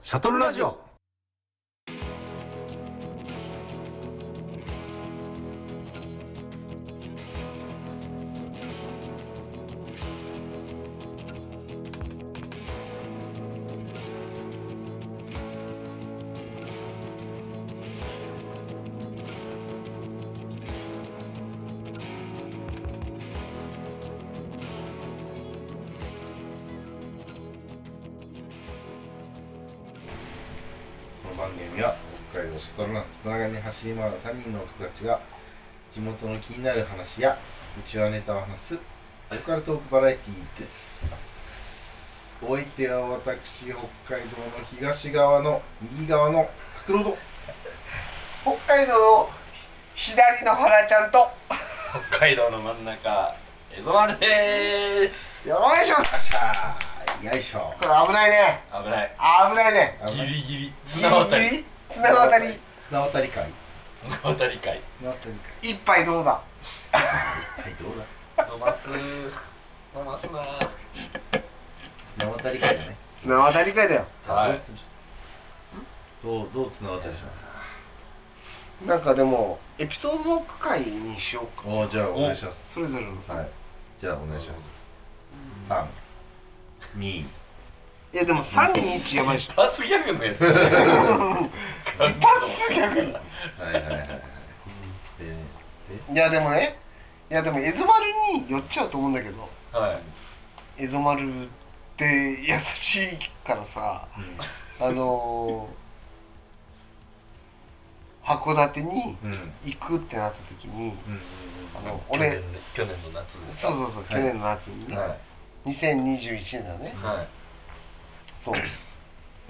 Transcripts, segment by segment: シャトルラジオこの番組は北海道シャトルラント長に走り回る3人の男たちが地元の気になる話やうちわネタを話すローカルトークバラエティーですお相手は私北海道の東側の右側の拓郎と北海道の左の原ちゃんとよ北海道の真ん中エゾマルですろしくお願いしまあすしゃーよいしょこれ危ないね危ない危ないねあのギリギリギ綱リ渡ギりリ綱渡り綱渡り会綱渡り会綱渡り一杯どうだ会はいどうだ飲ます飲ますな綱渡り会だね綱渡り会だよはいどうどう綱渡りしますなんかでもエピソード6回にしようかおじゃあお願いしますそれぞれのさ、はいい、じゃあお願いします32やでも321やばいでしょ一発ギャグのやつ 一発逆にはいはいはいはい。で、いやでもねいやでもエゾ丸に寄っちゃうと思うんだけどはいエゾ丸って優しいからさあのー、函館にうん、うん、行くってなった時にあうの去俺年去年の夏ですそうそうそう、去年の夏にね、は2021年だねい、はいそう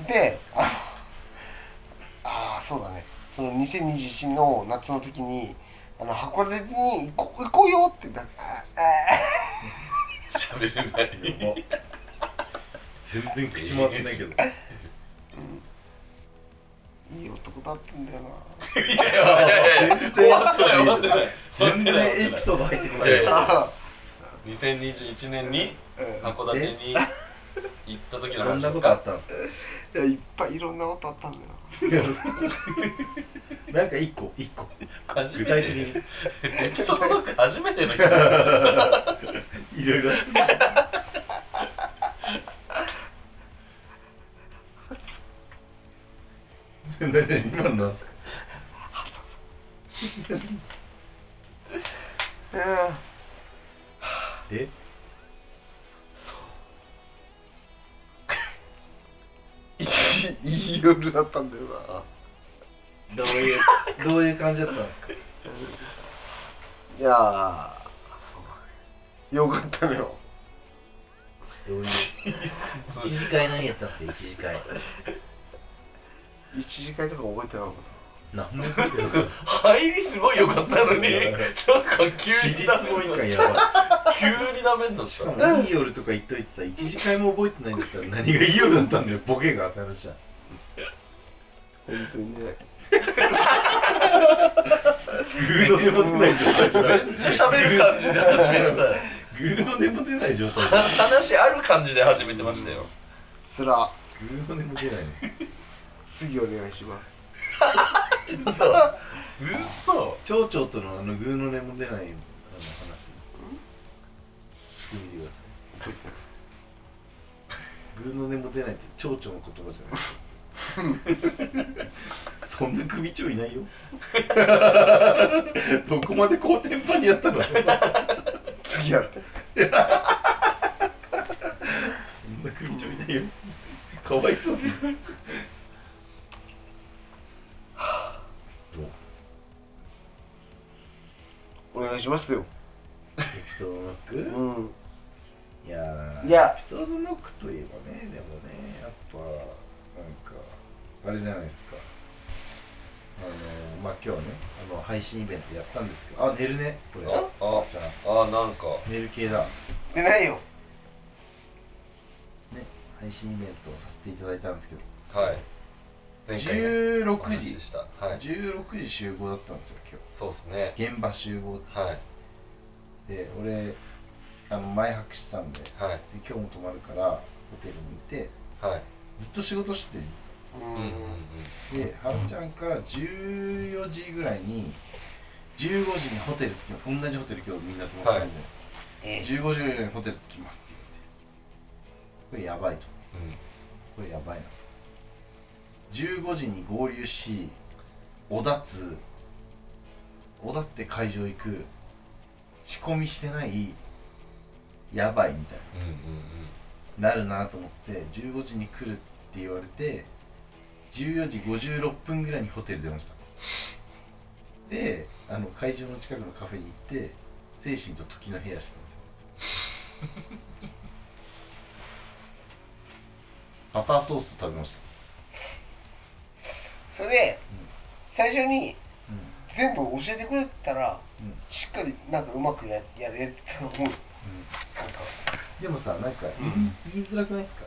でああーそうだねその2021の夏の時にあの函館に行こう行こうよってなってあ喋れないん、やば。全然口回ってないけど。ーいい男だったんだよないやいやいや全然終わってない終わって全ない然エピソード入ってこないいやいよ。やあ 2021年にー函館に行った時のこん話なでこすとかあったん ですか。うんいやいっぱいいろんなことあったんだよなんか一個、一個。初具め体的てに。エピソード6初めて の人いろいろ。何今のなんですか。うんで、 いいいい夜だったんだよなどういう、どういう感じだったんですか。いやーそうよかったのよどういう。一次会何やったんですか。一次会。一次会とか覚えてないもん何も覚えてない。入りすごい良かったのになんか急にダメもうにな一った回やば急にダメになったい。いい夜とか言っといてさ、一時間も覚えてないんだったら何がいい夜だったんだよ、ボケが当たるじゃん。本当にねグーの根も出ない状態じゃめん。っちゃ喋る感じで始めてグーの根も出ない状態じたゃん。話ある感じで始めてましたよすらグーの根も出ないね。次お願いします嘘嘘蝶々とのあのグーの根も出ないあの話。ちょっと見てください。グーの根も出ないって蝶々の言葉じゃない。そんな首長いないよ。どこまで高テンパにやったの次やってそんな組長いないよ。かわいそうに。どうお願いしますよエピソードノうックんいやーいやエピソードノックといえばね、でもね、やっぱ、なんか、あれじゃないですか。あのー、まあ今日ね、あの配信イベントやったんですけど、あ、寝るね、これ。ああじゃああなんか寝る系だ。でないよ配信イベントをさせていただいたんですけど、はい前回ねお16話時し、したはい16時集合だったんですよ、今そうですね日。現場集合ってはいで俺あの前泊してたんでではい今日も泊まるからホテルにいてはいずっと仕事してて実うんうんうんで、はるちゃんから14時ぐらいに15時にホテル着きます同じホテル今日みんな泊まってるんで、ええ15時ぐらいにホテル着きますって言ってこれやばいとうんこれやばいな15時に合流し小田津小田って会場行く仕込みしてないやばいみたいななるなと思って15時に来るって言われて14時56分ぐらいにホテル出ましたであの会場の近くのカフェに行って精神と時の部屋してたんですよ バタートースト食べましたそれ、ん最初にうん全部教えてくれたら、うんしっかりなんかうまくややれると思うなんかでもさなんか言い,、言いづらくないですか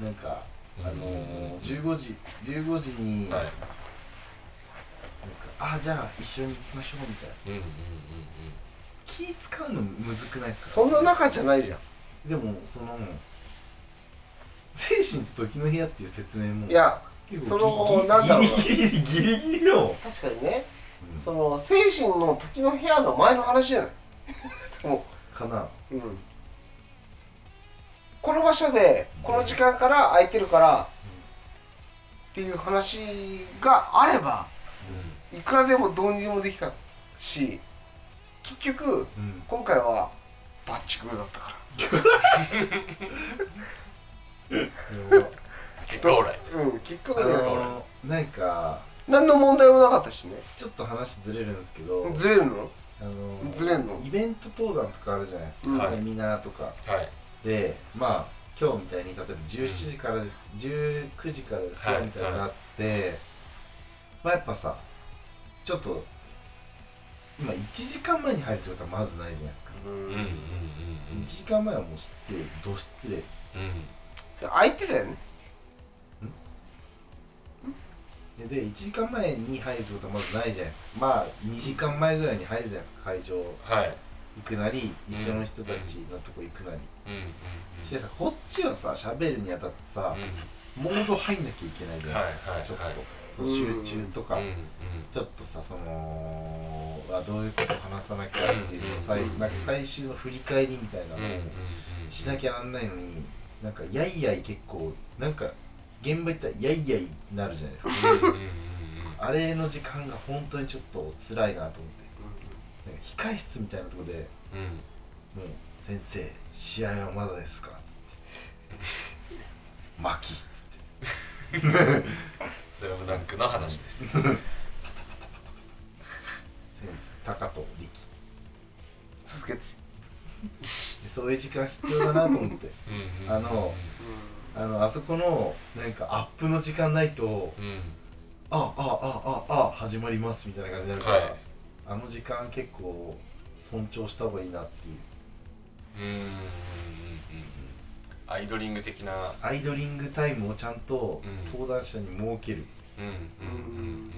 なんかあのー、15時15時に、はなんいかあじゃあ一緒に行きましょうみたいなうんうんうん気使うのむずくないですかそんな中じゃないじゃんでもその精神と時の部屋っていう説明もいや結そ構のギなんだろうギリギリギリギリの、確かにねその精神の時の部屋の前の話じゃないもかなう、うん、この場所でこの時間から空いてるから、っていう話があればいくらでも導入もできたし結局うん、うん今回はバッチグーだったかでも結果オーライらうん結果あがねのー、なんか何の問題もなかったしねちょっと話ずれるんですけどずれるのあのずれんのイベント登壇とかあるじゃないですか、はいセミナーとかはいでまあ今日みたいに例えば17時からです、19時からですよはいみたいなのがあって、まあやっぱさちょっと今1時間前に入るってことはまずないじゃないですか、ううんんうんうんうん1時間前はもう失礼ど失礼それ空いてたよねでで1時間前に入るってことはまずないじゃないですかまあ2時間前ぐらいに入るじゃないですか会場はい行くなり一緒の人たちのとこ行くなり、うんうんしてさこっちはさ喋るにあたってさ、うんモード入んなきゃいけないじゃないですか、はいはいちょっと、はいその集中とか、うんうんちょっとさそのあどういうこと話さなきゃっていうのを最うんなんか最終の振り返りみたいなうんのうんをうんしなきゃなんないのになんかやいやい結構なんか現場行ったらやいやいなるじゃないですかうんうんうんうんあれの時間が本当にちょっと辛いなと思ってなんか控え室みたいなとこでうんもう「先生試合はまだですか?」っつって 「巻き」っつってそれはブランクの話です「先生高藤力」続けてでそういう時間必要だなと思ってうんうんあのあのあそこのなんかアップの時間ないとうんああああああ始まりますみたいな感じになるから、はいあの時間結構尊重した方がいいなっていううんうんうんうんアイドリング的なアイドリングタイムをちゃんとうん登壇者に設ける、うんうんうんうん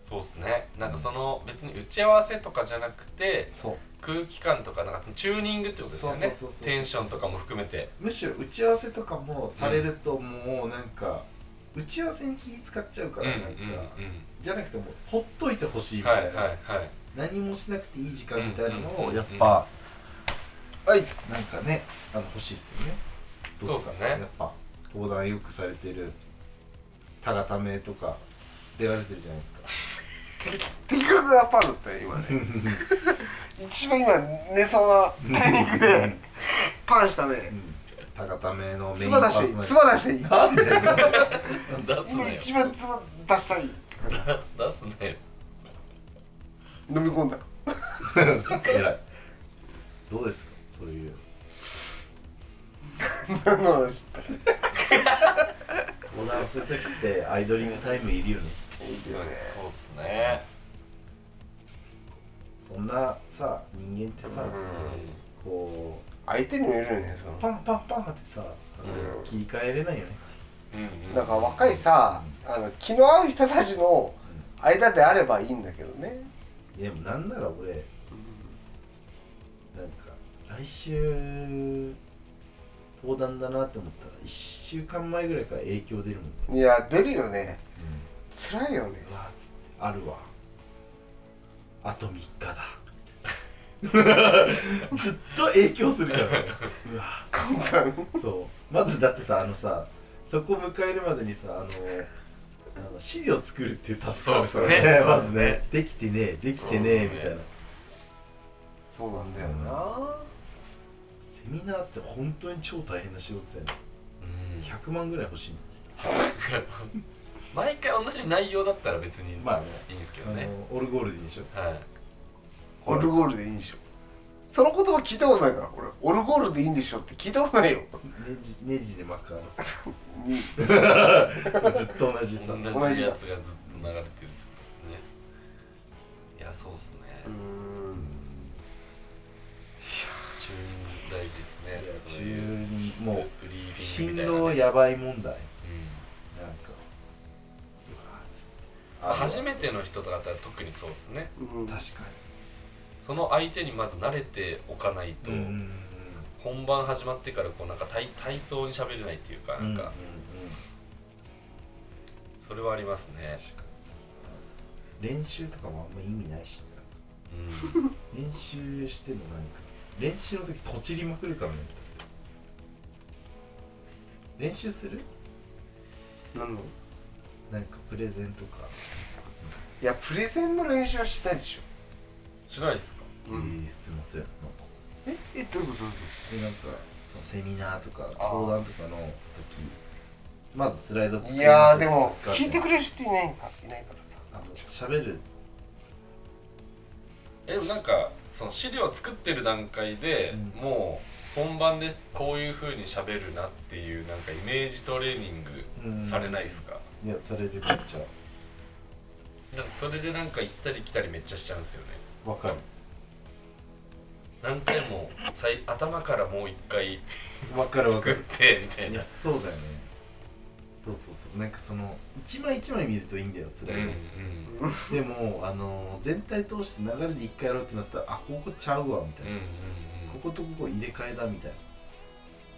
そうっすねなんかその別に打ち合わせとかじゃなくてそう空気感とかなんかそのチューニングってことですよそうねそうそうそうテンションとかも含めてむしろ打ち合わせとかもされるともうなんか、打ち合わせに気使っちゃうかうんうらんうなんんか、じゃなくてもうほっといてほしいみはたいいはいな、はい何もしなくていい時間みたいなのうをんやっぱ、はいなんかね、あの欲しいっすよね。どっそうっすねやっぱ登壇よくされてる田方名とか出られてるじゃないですか。的確なパンだった よ今ね一番今寝そうなタイミングでパンしたね田方名のメイつンばパ出ーソしナリていテいィつば出なしていいんで出すな今よ一番つば出したい出すなよ飲み込んだ偉い。どうですかそういう。何の話だっ登壇するときってアイドリングタイムいるよね。たいいよねそうっすねそんなさ人間ってさ、うんこう相手にもいるよねそのパンパンパンってさ、うん切り替えれないよね。うんうんなんか若いさあの気の合う人たちの間であればいいんだけどね、でもなんなら俺。なんか来週登壇だなって思ったら1週間前ぐらいから影響出るもんね、いや出るよねうん辛いよねうわっつってあるわあと3日 だずっと影響するからねうわ簡単そうまずだってさあのさそこ迎えるまでにさあのあの資料作るっていうタスクがあるからそうですねまずねできてねえできてねえみたいそうな、でそうなんだよなセミナーって本当に超大変な仕事だよねうん100万ぐらい欲しいの毎回同じ内容だったら別にまあねいいんですけあどの、ね、オルゴールディでしょはいオルゴールでいいんでしょその言葉聞いたことないから俺オルゴールでいいんでしょって聞いたことないよネジネジで巻くあのさ にずっと同じさ同じやつがずっと流れてるってことですねいやそうっすねうーん中大事ですねいやそう中いうにもブリーフィンうグ新みたいなね、郎やばい問題うんなんかうわーっつってまあ初めての人とかだったら特にそうですねうん確かその相手にまず慣れておかないと、にうん本番始まってからこうなんか対対等に喋れないっていうかなんかうんうんそれはありますね、確かに練習とかもあんま意味ないしうん練習しても何か練習の時とちりまくるからね練習するなんの何かプレゼンとか、いやプレゼンの練習はしないでししないですかょ、ええすいませんなんかええどういうことでなんかそのセミナーとかあー登壇とかの時まずスライド作りいますやーでも使うじゃん聞いてくれる人いないかいないからさあの喋るえでもなんかその資料を作ってる段階で、うんもう本番でこういうふうに喋るなっていうなんかイメージトレーニンうんグされないですか、いやされるめっちゃなんかそれでなんか行ったり来たりめっちゃしちゃうんですよねわ かる何回もさい頭からもう一回わかるわか作っるてみたいいなやそうだよねそうそうそうなんかその一枚一枚見るといいんだよそれ、うでもあの全体通して流れで一回やろうってなったらあここちゃうわみたいんうな、んこことここ入れ替えだみたい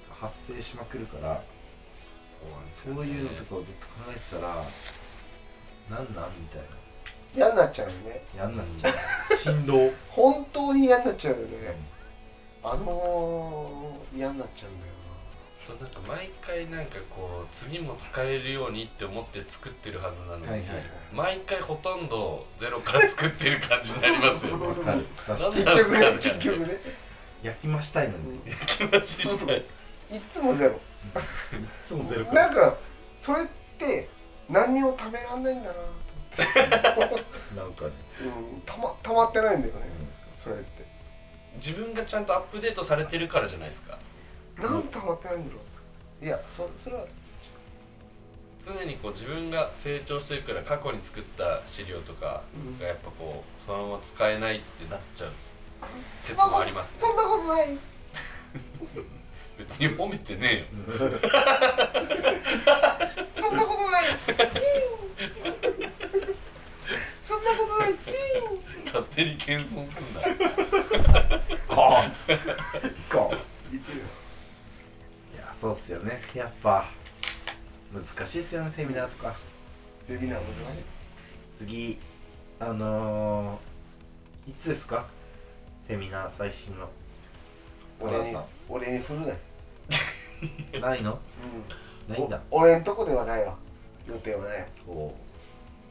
な発生しまくるからそうなんですそよねういうのとかをずっと考えてたらなんなんみたい嫌になっちゃうよねなやんなっちゃう振動本当に嫌になっちゃうよねあのー、嫌になっちゃうんだよそうなんか毎回なんかこう次も使えるようにって思って作ってるはずなのに、はいはいはい毎回ほとんどゼロから作ってる感じになります よねわかる確かなんにでな 結局なんねか結局ね焼きましたいのにい話したいいつもゼつもゼロロかならんかそれって何にもためらんないんだなと思って、なんかね、うん、たまたまってないんだよねそれって自分がちゃんとアップデートされてるからじゃないですかなんでたまってないんだろういやそそれは常にこう自分が成長してるから過去に作った資料とかがやっぱこうそのまま使えないってなっちゃう説もありますねそんなことない別に褒めてねえようんそんなことないピンそんなことないピ勝手に謙遜すんなああンか言ってるよいやそうっすよねやっぱ難しいっすよねセミナーとかセミナー難しい次あのー、いつですかセミナー最新の小俺田にさ俺に振るなよんないのうんないんだお俺んとこではないわ予定はないわお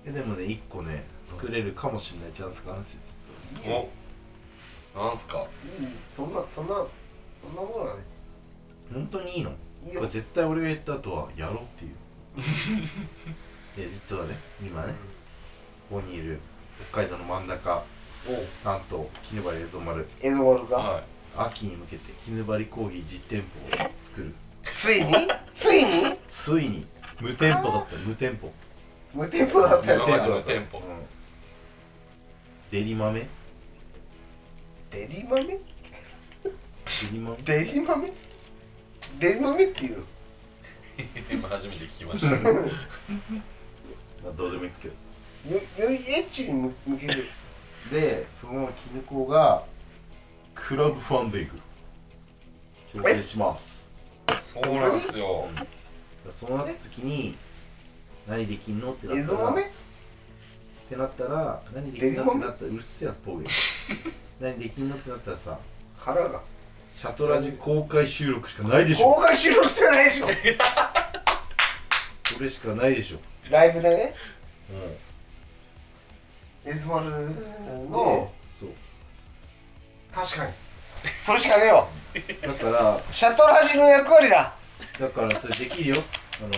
えでもね一個ね作れるかもしれないチャンスがあるんですよ実はおなんすかいいそんなそんなそんなもんはね本当にいいのいいこよれ絶対俺が言った後はやろうっていう いや実はね今ねここにいる北海道の真ん中おうなんと絹張映像丸エドワルがは秋に向けて絹張講義実店舗を作るついについについに無店舗だったよ無店舗無店舗だった無よ店舗だったようんデリ豆デデリ豆リ豆デリ豆デリ豆っていうのい今初めて聞きましたまあどうでもいいですけどよよりエッチに向向けるでその絹子がクラブファンディング挑戦しますそうなんですよらそうなった時に何できんのってなエったゾらっ豆てなったら何できんのってなったらうっせやっぽい よ何できんのってなったらさ腹がシャトラジ公開収録しかないでしょ公開収録じゃないでしょそれしかないでしょ ライブでねもう S マルののそう確かにそれしかねえよだからシャトラジの役割だだからそれできるよあの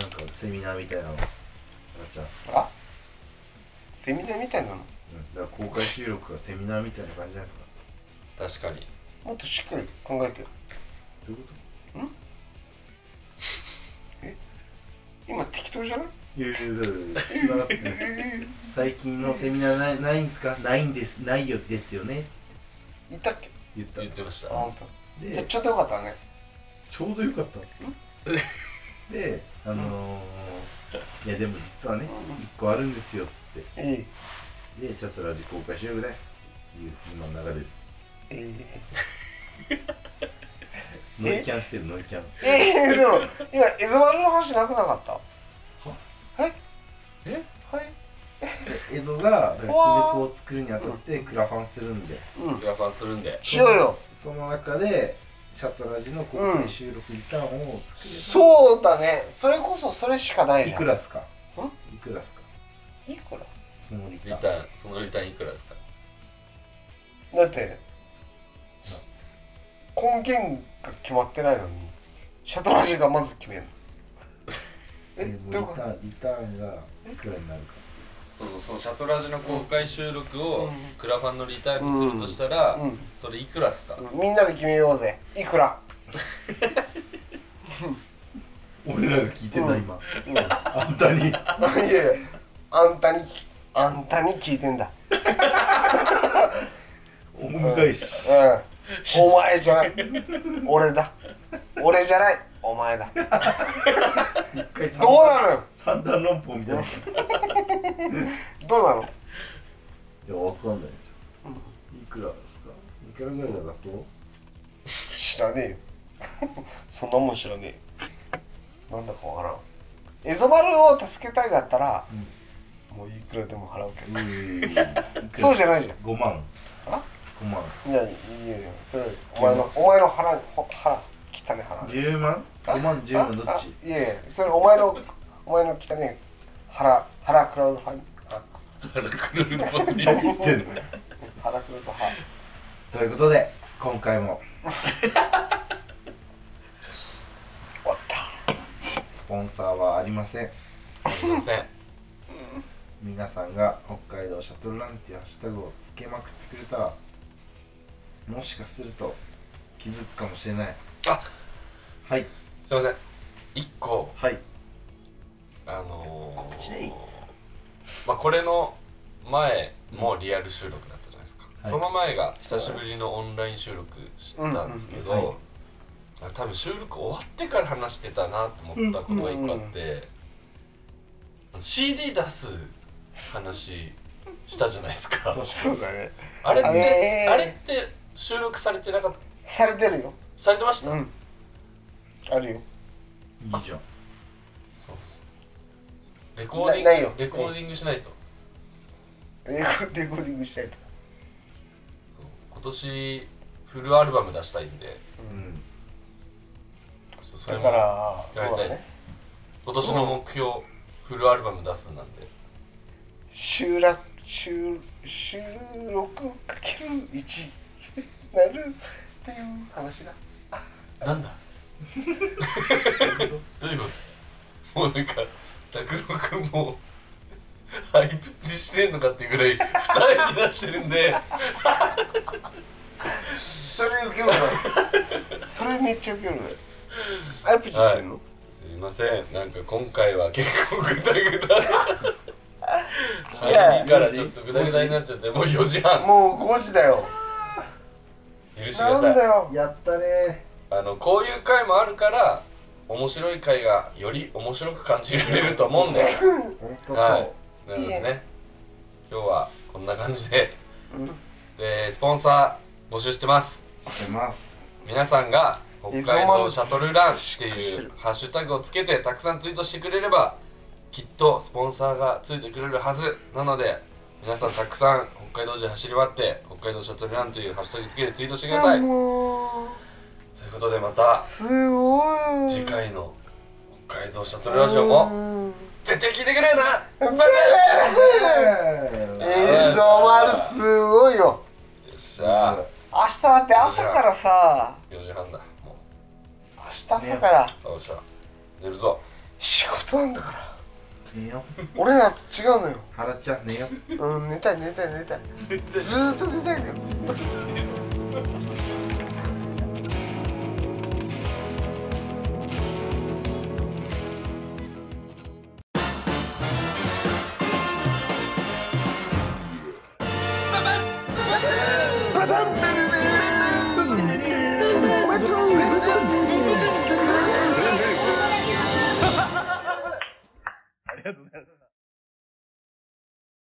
なんかセミナーみたいなのあちゃん、うん、あセミナーみたいなのだから公開収録がセミナーみたいな感じじゃないですか確かにもっとしっかり考えてよどういうこ今適当じゃないといやいやいやいや繋がってないです最近のセミナーないないんですかないんですないよですよねって言ったっけ言った言のってましあた本当。じゃあでちょっとよかったねちょうどよかったのであのー、いやでも実はねうん一個あるんですよっつっいいてでシャトラジ公開収録ですっていう今の流れですえノイキャンしてるノイキャンえええでも今エズマルの話なくなかったはいえはいエゾが金額を作るにあたってクラファンするんでうんクラファンするんでしようよその中でシャトラジの公開収録リターンを作れば、そうだねそれこそそれしかないいじゃんくらっすかいくらっすかいくらそのリリタータンーンそのリターンいくらですかだって根源が決まってないのにシャトラジがまず決めるのえでもリどういうこタとーンリターンがいくらになるかそうそうそのシャトラジの公開収録うをんクラファンのリターンにするとしたら、それいくらですか、うん、みんなで決めようぜいくら、 俺らが聞いてんだ今うん、いやあんたにいやあんたにあんたに聞いてんだ恩返しうんお前じゃない俺だ俺じゃないお前だど一回うなのよ三段論法みたいないどうなのやわかんないですよいくらですかいくらぐらいだと知らねえよそんなもん知らねえよなんだかわからんエゾマルを助けたいだったら、もういくらでも払うけどそうじゃないじゃん5万あ5万いやいいよいいよそれお前のお前の腹にほ腹汚ね腹10万5万10万どっあちあいやいやそれお前のお前の汚ね腹腹クラウドファンあ腹くる るぽに何言ってんの腹クラウドファンということで今回も終わったスポンサーはありませんすいません皆さんが北海道シャトルランっていうハッシュタグをつけまくってくれたらもしかすると気づくかもしれないあはいすいません一個はいあのー、告知でいいっまあこれの前もリアル収録だったじゃないですか、はいその前が久しぶりのオンライン収録したんですけど、うんうんうんはあ多分収録終わってから話してたなと思ったことが一個あって、CD 出す話したじゃないですかそうだねあれって、あれーあれって収録されてなかったされてるよされてました、うんあるいよいじゃんそうですレコーディングなないよレコーディングしないと、レコレコーディングしたいとそう今年フルアルバム出したいんでうんそうそれだもからそやりうただいですね今年の目標フルアルバム出すんなんで収録収収録かける1 なるっていう話だなんだ どういうこともうなんか拓郎君もハイプチしてんのかっていうぐらい二人になってるんでそれ受けるな それめっちゃ受けるなアイプチしてんの、すいませんなんか今回は結構グダグダいや入りからちょっとグダグダになっちゃってもう4時半もう5時だよ許してくなだんださいよやったねあのこういう回もあるから面白い回がより面白く感じられると思うんでほんとそう、はいなのでね今日はこんな感じでうんでスポンサー募集してますしてます皆さんが北北海道シャトルランっていうハッシュタグをつけてたくさんツイートしてくれればきっとスポンサーがついてくれるはずなので皆さんたくさん北海道中走り回って北海道シャトルランというハッシュタグつけてツイートしてくださいというもうことでまたすごい次回の北海道シャトルラジオも絶対聞いてくれよなバイバイ 네. 아,映像丸すごいよよっしゃー明日だって朝からさ4時半だも明日朝からうよっしゃ寝るぞ仕事なんだから寝よ俺らと違うのよ原ちゃん寝ようん寝たい寝たい寝たいずーっと寝たいけどババンババン